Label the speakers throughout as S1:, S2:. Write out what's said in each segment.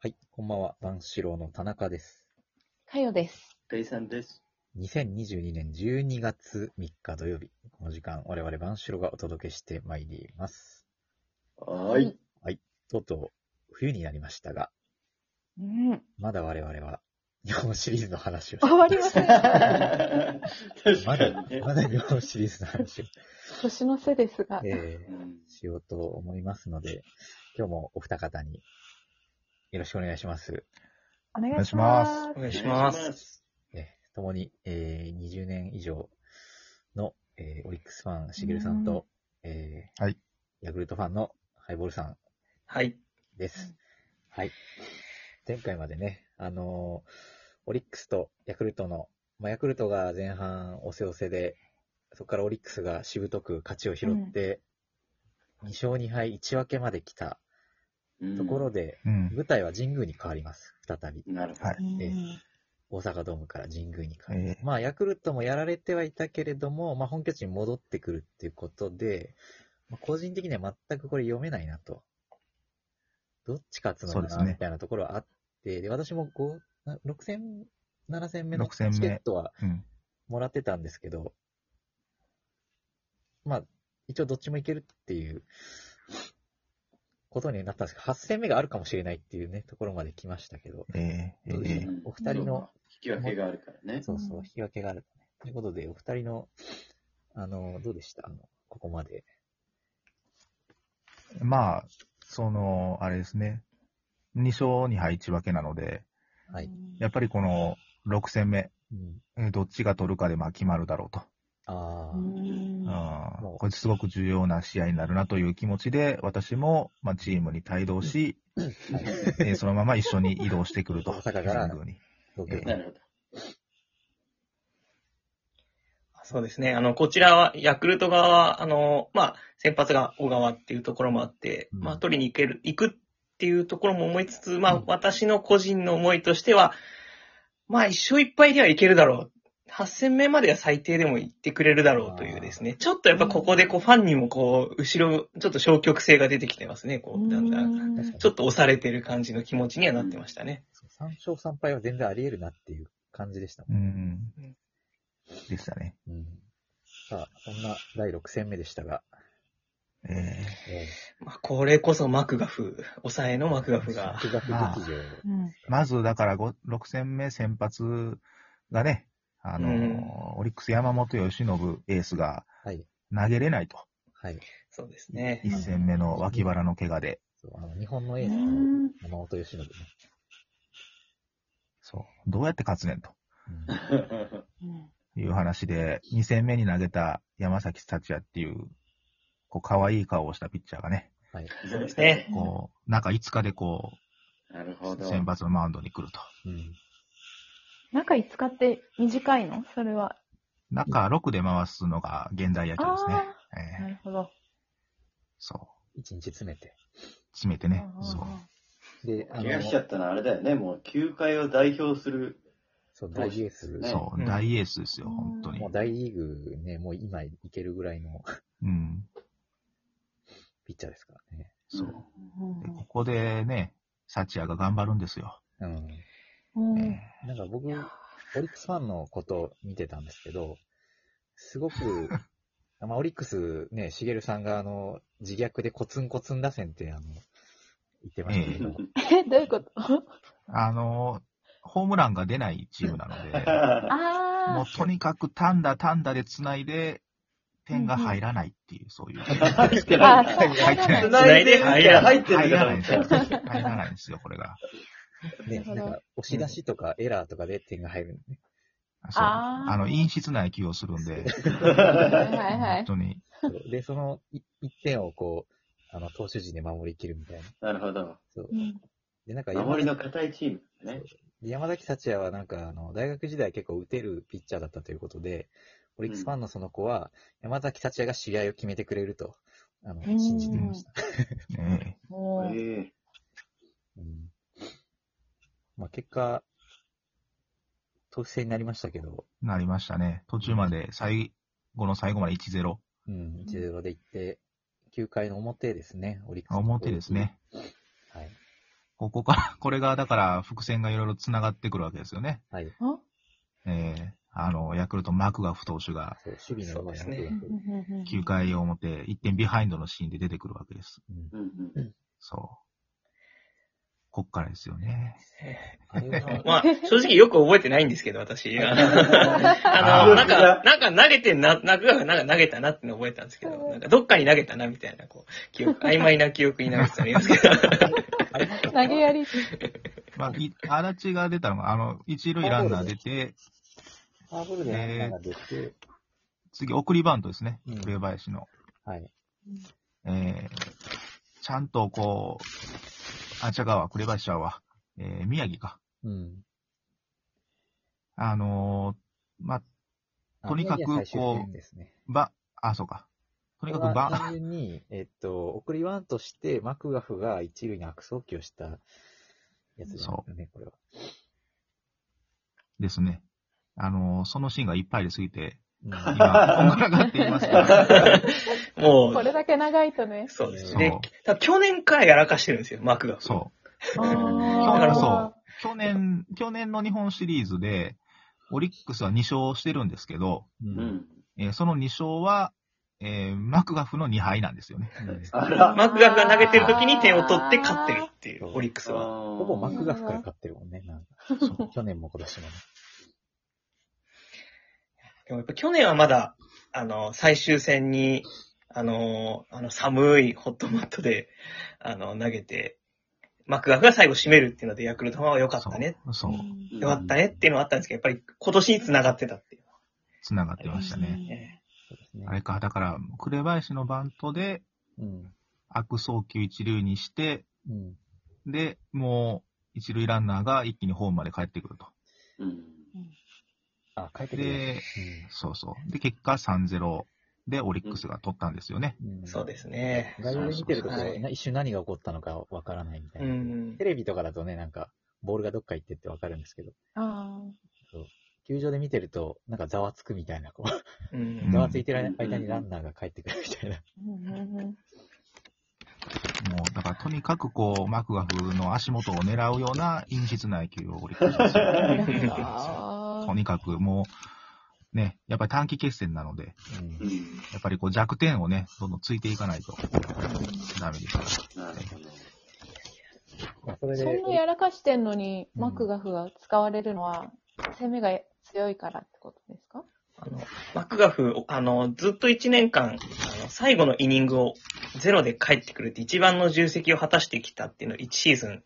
S1: はい、こんばんは。三四郎の田中です。
S2: かよです。
S3: ペイさんです。
S1: 2022年12月3日土曜日、この時間、我々三四郎がお届けしてまいります。
S3: はーい。
S1: とうとう、冬になりましたが、
S2: うん。
S1: まだ我々は、日本シリーズの話をしてい
S2: 終わりま せん。
S3: 確
S1: ま
S3: か
S1: だ
S3: にね、。
S1: まだ日本シリーズの話を、
S2: 年の瀬ですが。
S1: え
S3: うん
S1: ー、しようと思いますので、今日もお二方に、よろしくお願いします。
S2: お願いします。
S4: お願いします。
S3: す。
S1: えー共に、えー20年以上の、えーオリックスファン、しげるさんと、えー
S4: はい
S1: ヤクルトファンのハイボールさん
S4: はい。
S1: です。はい。前回までね、あのーオリックスとヤクルトの、まあ、ヤクルトが前半押せ押せで、そこからオリックスがしぶとく勝ちを拾って、2勝2敗1分けまで来たところで、
S4: うん。
S1: 舞台は神宮に変わります、再び。
S3: うん、なるほど。
S4: はい
S2: うん
S1: え大阪ドームから神宮に変えて
S4: え、え
S1: まあヤクルトもやられてはいたけれども、まあ本拠地に戻ってくるっていうことで、まあ、個人的には全くこれ読めないなと。どっち勝つの
S4: そうで
S1: か
S4: す
S1: な
S4: ね
S1: みたいなところはあって、で私も5、な6戦、7戦目の
S4: 6
S1: チケ
S4: 戦目
S1: ットは
S4: うん。
S1: もらってたんですけど、まあ一応どっちもいけるっていうことになったんですけど、8戦目があるかもしれないっていうね、ところまで来ましたけど、
S4: えええ
S1: どうでし
S4: え
S1: たお二人の
S3: 引き分けがあるからね。
S1: そうそう、
S2: うん
S1: 引き分けがあるとね。ということで、お二人の、あの、どうでしたあの、ここまで。
S4: まあ、その、あれですね。2勝2敗1分けなので、
S1: はい。
S4: やっぱりこの6戦目、
S1: うん。
S4: えどっちが取るかでまあ決まるだろうと。
S1: あ
S2: う
S1: あ、
S2: ん
S4: あ
S1: もう
S4: これすごく重要な試合になるなという気持ちで、私も、まあ、チームに帯同し、えそのまま一緒に移動してくると。
S1: 大阪から
S4: 神宮に
S1: 東京
S4: ええ
S3: なるほど。
S5: そうですね。あの、こちらは、ヤクルト側は、あの、まあ、先発が小川っていうところもあって、
S1: うん
S5: まあ、取りに行ける、行くっていうところも思いつつ、まあ、私の個人の思いとしては、まあ、一勝一敗ではいけるだろう。8戦目までは最低でも行ってくれるだろうというですね。ちょっとやっぱここで、こう、ファンにもこう、後ろ、ちょっと消極性が出てきてますね、こう、だんだん。
S1: 確かに。
S5: ちょっと押されてる感じの気持ちにはなってましたね。
S1: 3勝3敗は全然あり得るなっていう感じでしたも
S4: うん
S5: うん。
S4: でしたね。
S1: ん。うん。さあ、そんな第6戦目でしたが、
S4: ええ
S1: え
S5: まあ、これこそマクガフ、抑えのマクガ
S1: ー、
S5: フが。
S1: 学劇
S4: まあ
S1: 場。
S2: うん
S4: まず、だからご、6戦目先発がね、あのー、
S5: うん
S4: オリックス山本由伸エースが
S1: はい。
S4: 投げれないと。
S1: はい。
S5: そうですね。
S4: 1戦目の脇腹の怪我で。
S1: そう、あの、日本のエースの
S2: うん
S1: 山本由伸ね。
S4: そう。どうやって勝つねんと
S1: うん
S4: いう話で、2戦目に投げた山崎幸也っていう、こう、可愛い顔をしたピッチャーがね、
S1: はい。
S3: そうです
S5: ね
S4: こう、中5日でこ
S3: なるほ
S4: う、
S3: ど。
S4: 先発のマウンドに来ると。
S1: うん。
S2: 中5日って短いのそれは。
S4: 中6で回すのが現代野球ですね。
S2: あーな
S4: ええ
S2: るほど。
S4: そう。
S1: 1日詰めて。
S4: 詰めてね。
S2: うん
S4: そう。
S1: で、あ
S3: 怪我しちゃったのはあれだよね。もう球界を代表する。
S1: そう、大エース。
S3: ね
S4: そうう。
S5: ん
S4: 大エースですよ、本当に
S1: もう。大リーグね、もう今いけるぐらいの
S4: うん。
S1: ピッチャーですからね。
S4: そう。
S2: うん
S4: でここでね、サチアが頑張るんですよ。
S1: うん。
S2: うん
S4: え
S1: なんか僕、オリックスファンのことを見てたんですけど、す ごく、まあ、オリックスね、しげるさんがあの、自虐でコツンコツン打線ってあの、言ってましたけど、
S2: え、どういうこと
S4: ーあのー、ホームランが出ないチームなので、も
S2: あ
S4: うとにかく単打単打で繋いで、点が入らないっていう、そういう。
S3: 入って
S2: ーあ
S3: ない。
S2: ー、
S4: 入ってない
S2: そう
S5: 繋いで入らな
S3: 入
S5: い。
S3: ってる
S4: 入
S3: からら
S4: ないんですよ。入らないんですよ、これが。
S1: ね、
S2: な
S1: な
S2: るほど
S1: んか、押し出しとかエラーとかで点が入るんでね。
S4: そう。
S2: あー
S4: あの、陰湿な野球をするんで、
S2: はいは
S4: 本
S2: い。
S4: 当に。
S1: そうで、その1点をこう、あの、投手陣で守りきるみたいな。
S3: なるほど。
S1: そう
S2: う。ん
S1: で、なんか山
S3: 守り
S1: 崎、
S3: の硬いチームだね。
S1: 山崎幸也はなんか、あの、大学時代結構打てるピッチャーだったということで、オリックスファンのその子は、山崎幸也が試合を決めてくれると、あの、信じてました。
S4: ね
S2: おー
S3: え
S1: うんまあ結果、投手制になりましたけど、
S4: えなりましたね。途中まで、最後の最後まで1-0。
S1: うん、1-0で行って、9回の表ですね、オリックス。
S4: あ表です。ね。
S1: はい。
S4: ここから、これが、だから、伏線がいろいろ繋がってくるわけですよね。
S1: はい。
S2: あ
S4: えー、あの、ヤクルト、マクガフ投手が、
S1: そう、守備の上手いな
S5: そうで
S2: うんうんうんうん
S4: 9回表、1点ビハインドのシーンで出てくるわけです。
S3: うんうん。
S4: そう。こっからですよね。
S1: あれは、
S5: まあ、正直よく覚えてないんですけど、私。あの、なんか、なんか投げてな、なんかなんか投げたなっての覚えたんですけど、なんかどっかに投げたなみたいな、こう、記憶、曖昧な記憶になってたんですけど。
S1: あれなんか
S2: 投げやり。
S4: まあ、い、足立が出たのが、あの、一塁ランナー出て、
S1: ファーブルでランナーが出て、
S4: 次、送りバントですね
S1: うん。
S4: 紅林の。
S1: はい。
S4: えー、ちゃんとこう、あ、ちゃがわ、紅林ちゃうわ。えー、宮城か。
S1: うん。
S4: あのー、まあ、
S1: あ
S4: とにかく
S1: 宮城は最終
S4: こ
S1: 点
S4: う
S1: ですね。
S4: ば、あ、そうか。とにかく
S1: これは
S4: ば、
S1: 単純に、えっと、送りワンとして、マクガフが一塁に悪送球をしたやつじゃないですかね、これは。
S4: ですね。あのー、そのシーンがいっぱいで過ぎて、
S1: う
S4: 今、
S1: ん
S4: こんがらがっていますから、
S5: も
S2: こ
S5: う、
S2: れだけ長いとね。
S5: そうです
S4: そう
S5: ね。多分去年からやらかしてるんですよ、マークが。
S4: そう。
S2: あ
S4: だから
S2: あ
S4: そ。う、去年、去年の日本シリーズで、オリックスは2勝してるんですけど、
S1: うん
S3: うん。
S4: えーその2勝は、えーマクガフの2敗なんですよね。
S1: うん
S3: あら。
S5: マークが投げてる時に点を取って勝ってるっていう、オリックスは。
S1: ほぼマ
S3: ク
S1: クガフから勝ってるもんね、なんか。
S4: そう
S1: 去年も今年もね。
S5: でもやっぱ去年はまだ、あの、最終戦に、あの、あの寒いホットマットで、あの、投げて、マクガフが最後締めるっていうので、ヤクルトは良かったね、
S4: そう。そう。
S2: うん
S5: 良かったねっていうのはあったんですけど、やっぱり今年に繋がってたっていう。
S4: 繋がってましたね。
S1: そうですね。
S4: あれか、だから、紅林のバントで、
S1: うん。
S4: 悪送球一塁にして、
S1: うん。
S4: で、もう、一塁ランナーが一気にホームまで帰ってくると。
S3: うん。
S1: あ、帰ってくる。
S4: で、そうそう。で、結果3-0でオリックスが取ったんですよね。
S1: うん。うん
S5: そうですね。
S1: 外野で見てるとこ
S5: そうそうそう
S1: う、一瞬何が起こったのかわからないみたいうな。
S5: ん
S1: テ。レビとかだとね、なんか、ボールがどっか行ってってわかるんですけど、
S2: あ
S1: 球場で見てると、なんかざわつくみたいな、こう、
S5: う
S4: うん
S1: ざ
S5: ん。
S1: わついてる間にランナーが帰ってくるみたいな。
S2: ーうんうんうん
S4: もう、だからとにかくこう、マクガフの足元を狙うような陰湿な野球をオリックスですよ
S2: あ
S4: とにかくもう、ね、やっぱり短期決戦なので、
S1: うん
S3: うん。
S4: やっぱりこう弱点をね、どんどんついていかないとダメですから。
S3: なるほど。
S1: まあそれ
S2: ー
S1: で
S2: そんなやらかしてんのに、
S1: うん
S2: マクガフが使われるのは、攻めが強いからってことですか
S5: あの、マクガフ、あの、ずっと1年間、あの、最後のイニングをゼロで帰ってくるって一番の重責を果たしてきたっていうのを1シーズン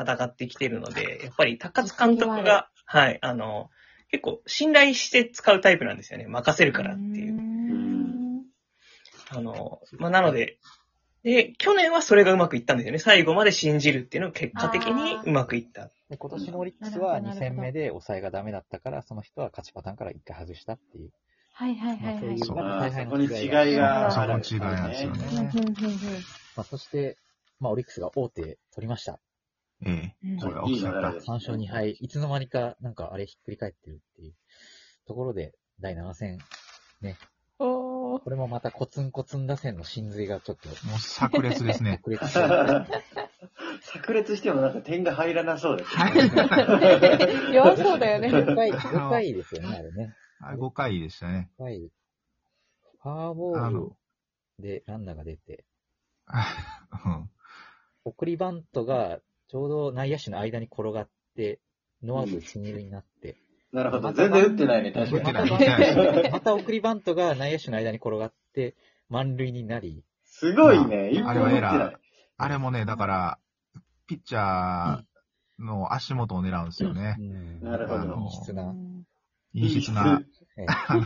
S5: 戦ってきてるので、やっぱり高津監督が、はい、あの、結構信頼して使うタイプなんですよね。任せるからっていうう。
S2: ん
S5: あの、まあ、なので、で、去年はそれがうまくいったんですよね。最後まで信じるっていうのが結果的にうまくいった。
S1: で今年のオリックスは
S2: なるほどなるほ
S1: 2戦
S2: ど
S1: 目で抑えがダメだったから、その人は勝ちパターンから1回外したっていう。
S2: はいはいは
S1: ま
S2: い
S1: あ、そう
S2: はいい。
S1: う
S4: そう
S3: あ
S1: 大
S3: ーそ
S1: 敗
S3: こ
S1: の
S3: に違いが。
S4: そ
S3: あ
S4: こ
S3: る
S4: の違いなんですよね。。
S2: うんうんうんうん
S1: まあ、そして、まあ、オリックスが王手取りました。
S4: ええ
S2: うん
S4: これは大きかった。
S1: 3勝2敗、いつの間にか、なんかあれひっくり返ってるっていうところで、第7戦、
S2: おー
S1: これもまたコツンコツン打線の真髄がちょっと、
S4: もう炸裂ですね。
S1: くれてしまう
S3: 炸裂してもなんか点が入らなそうですね。
S2: 弱そうだよね。
S1: 5回、5回ですよね、あれね。
S4: あ5回でしたね。
S1: 5回。ファーボー
S4: あ
S1: ル
S4: の
S1: でランナーが出て、
S4: うん
S1: 送りバントがちょうど内野手の間に転がって、ノーアウト1、2塁になって、
S3: なるほど。全然打ってないね、確
S4: 打って
S3: か
S4: ない
S3: に。
S4: 打ってない。
S1: また送りバントが内野手の間に転がって、満塁になり、
S3: すごいね。一本
S4: あれ
S3: も打っ
S4: は
S3: てな
S4: エラ
S3: い
S4: ー。。あれもね、だから、ピッチャーの足元を狙うんですよね
S1: う。ん
S3: なるほど
S1: あの陰湿な。
S4: 陰湿な。
S1: ええ
S4: あの、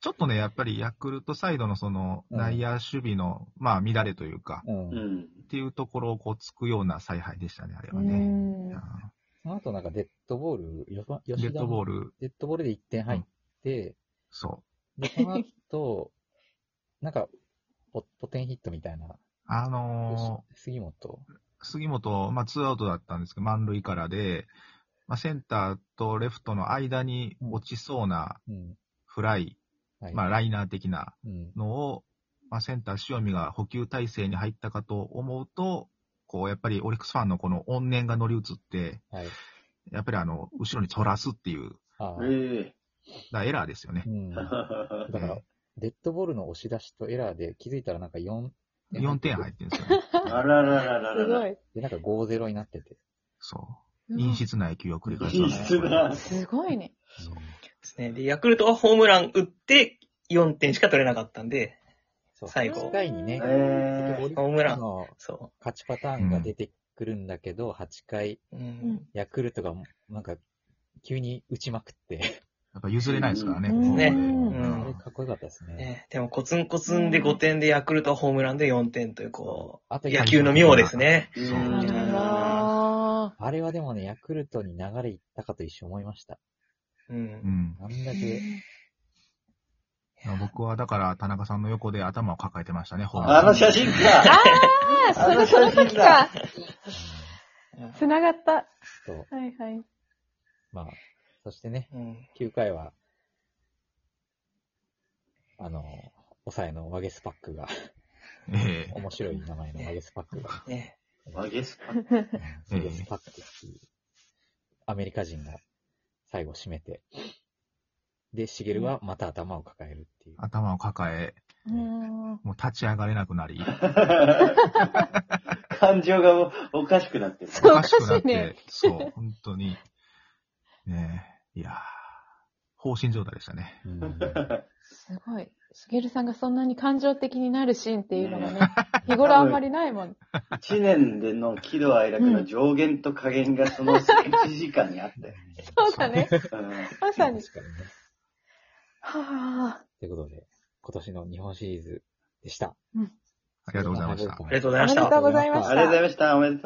S4: ちょっとね、やっぱりヤクルトサイドのその
S1: うん
S4: 内野守備の、まあ乱れというか、
S1: うん
S3: う。ん。
S4: っていうところをこうつくような采配でしたね、あれ
S2: う
S4: はね。
S2: ん
S4: うん
S1: その後なんかデッドボール、よば
S4: デッドボー
S1: ル。
S4: ル、
S1: デッドボールで1点入って、
S4: そう。
S1: で、そ の後、なんか、ポポテンヒットみたいな、
S4: あの
S1: 杉本。
S4: ー杉本、まあツーアウトだったんですけど、満塁からで、まあセンターとレフトの間に落ちそうな
S1: うん。
S4: フライ、
S1: はい。
S4: まあライナー的な
S1: うん。
S4: のを、まあ、センター塩見が補給体制に入ったかと思うと、こう、やっぱりオリックスファンのこの怨念が乗り移って、
S1: はい。
S4: やっぱりあの、後ろに反らすっていう、
S1: ああ。
S3: え
S4: だからエラーですよね
S1: う。ん。
S3: え
S1: だから、デッドボールの押し出しとエラーで気づいたらなんか4
S4: 4点入ってるんですよね。
S3: あらららら
S2: すご
S3: ら
S2: い。
S1: で、なんか5-0になってて。
S4: そう。陰湿な野球を繰り
S3: ら。品
S4: 返すわけです
S3: 質
S4: よね。
S3: が。
S2: すごいね。
S4: そう
S5: ですね。で、ヤクルトはホームラン打って4点しか取れなかったんで、
S1: そう。
S5: 最後
S1: 8対2ね。
S3: え
S1: 結局
S5: ホームラン
S1: の
S5: そ
S1: 勝ちパターンが出てくるんだけど、8回、
S5: う。う
S2: うんん。
S1: ヤクルトがなんか急に打ちまくって、
S4: やっぱ譲れないですからね、
S2: う
S4: こ
S2: ん
S4: こまで。
S5: う
S1: うんあれかっこよかったですね。
S5: ね、でもコツンコツンで5点でヤクルトはホームランで4点という、こ
S1: あと
S5: う、
S1: 一
S5: 野
S1: 回
S5: 球の妙ですね。
S3: え
S4: そう
S2: なるほど。
S1: あれはでもね、ヤクルトに流れいったかと一緒思いました。
S5: う。
S4: うんん。
S1: なんだけ、
S4: 僕はだから、田中さんの横で頭を抱えてましたね、ホーム
S3: あの写真か。
S2: ああ、そ
S3: あの
S2: れその
S3: 写真
S2: 時
S3: だ
S2: か。
S5: うん
S2: つながった。は
S1: そう、
S2: いはい。
S1: まあ、そしてね、
S5: うん。
S1: 9回は、あの、抑えのワゲスパックが、
S4: ええ
S1: 面白い名前のワゲスパック が、
S5: ね。
S3: あゲスか。
S1: ワゲスパックっていう、アメリカ人が最後締めて、で、シゲルはまた頭を抱えるっていう。
S4: 頭を抱え、
S2: うーん。
S4: もう立ち上がれなくなり、
S3: 感情がおかしくなってる。
S4: お
S2: そう
S4: かしくな
S2: おか
S4: っ
S2: しいね
S4: て、そう、本当に。ねえ、いやー放心状態でしたね。
S1: うん
S2: すごい。しげるさんがそんなに感情的になるシーンっていうのがね
S3: ね、
S2: 日頃あんまりないもん。
S3: 一年での喜怒哀楽の上限と下限がその1時間にあったよ。
S2: そうだね。
S3: うん
S2: まさに。
S1: 確かにね。
S2: はあ。
S1: ということで、今年の日本シリーズでした。
S4: ありがとうございました。
S5: ありがとうござい
S2: お
S5: ま
S2: め
S5: し
S2: で
S5: た
S2: とう。ございまし
S3: ありがとうござ
S2: た
S3: い。ました。おめでとう。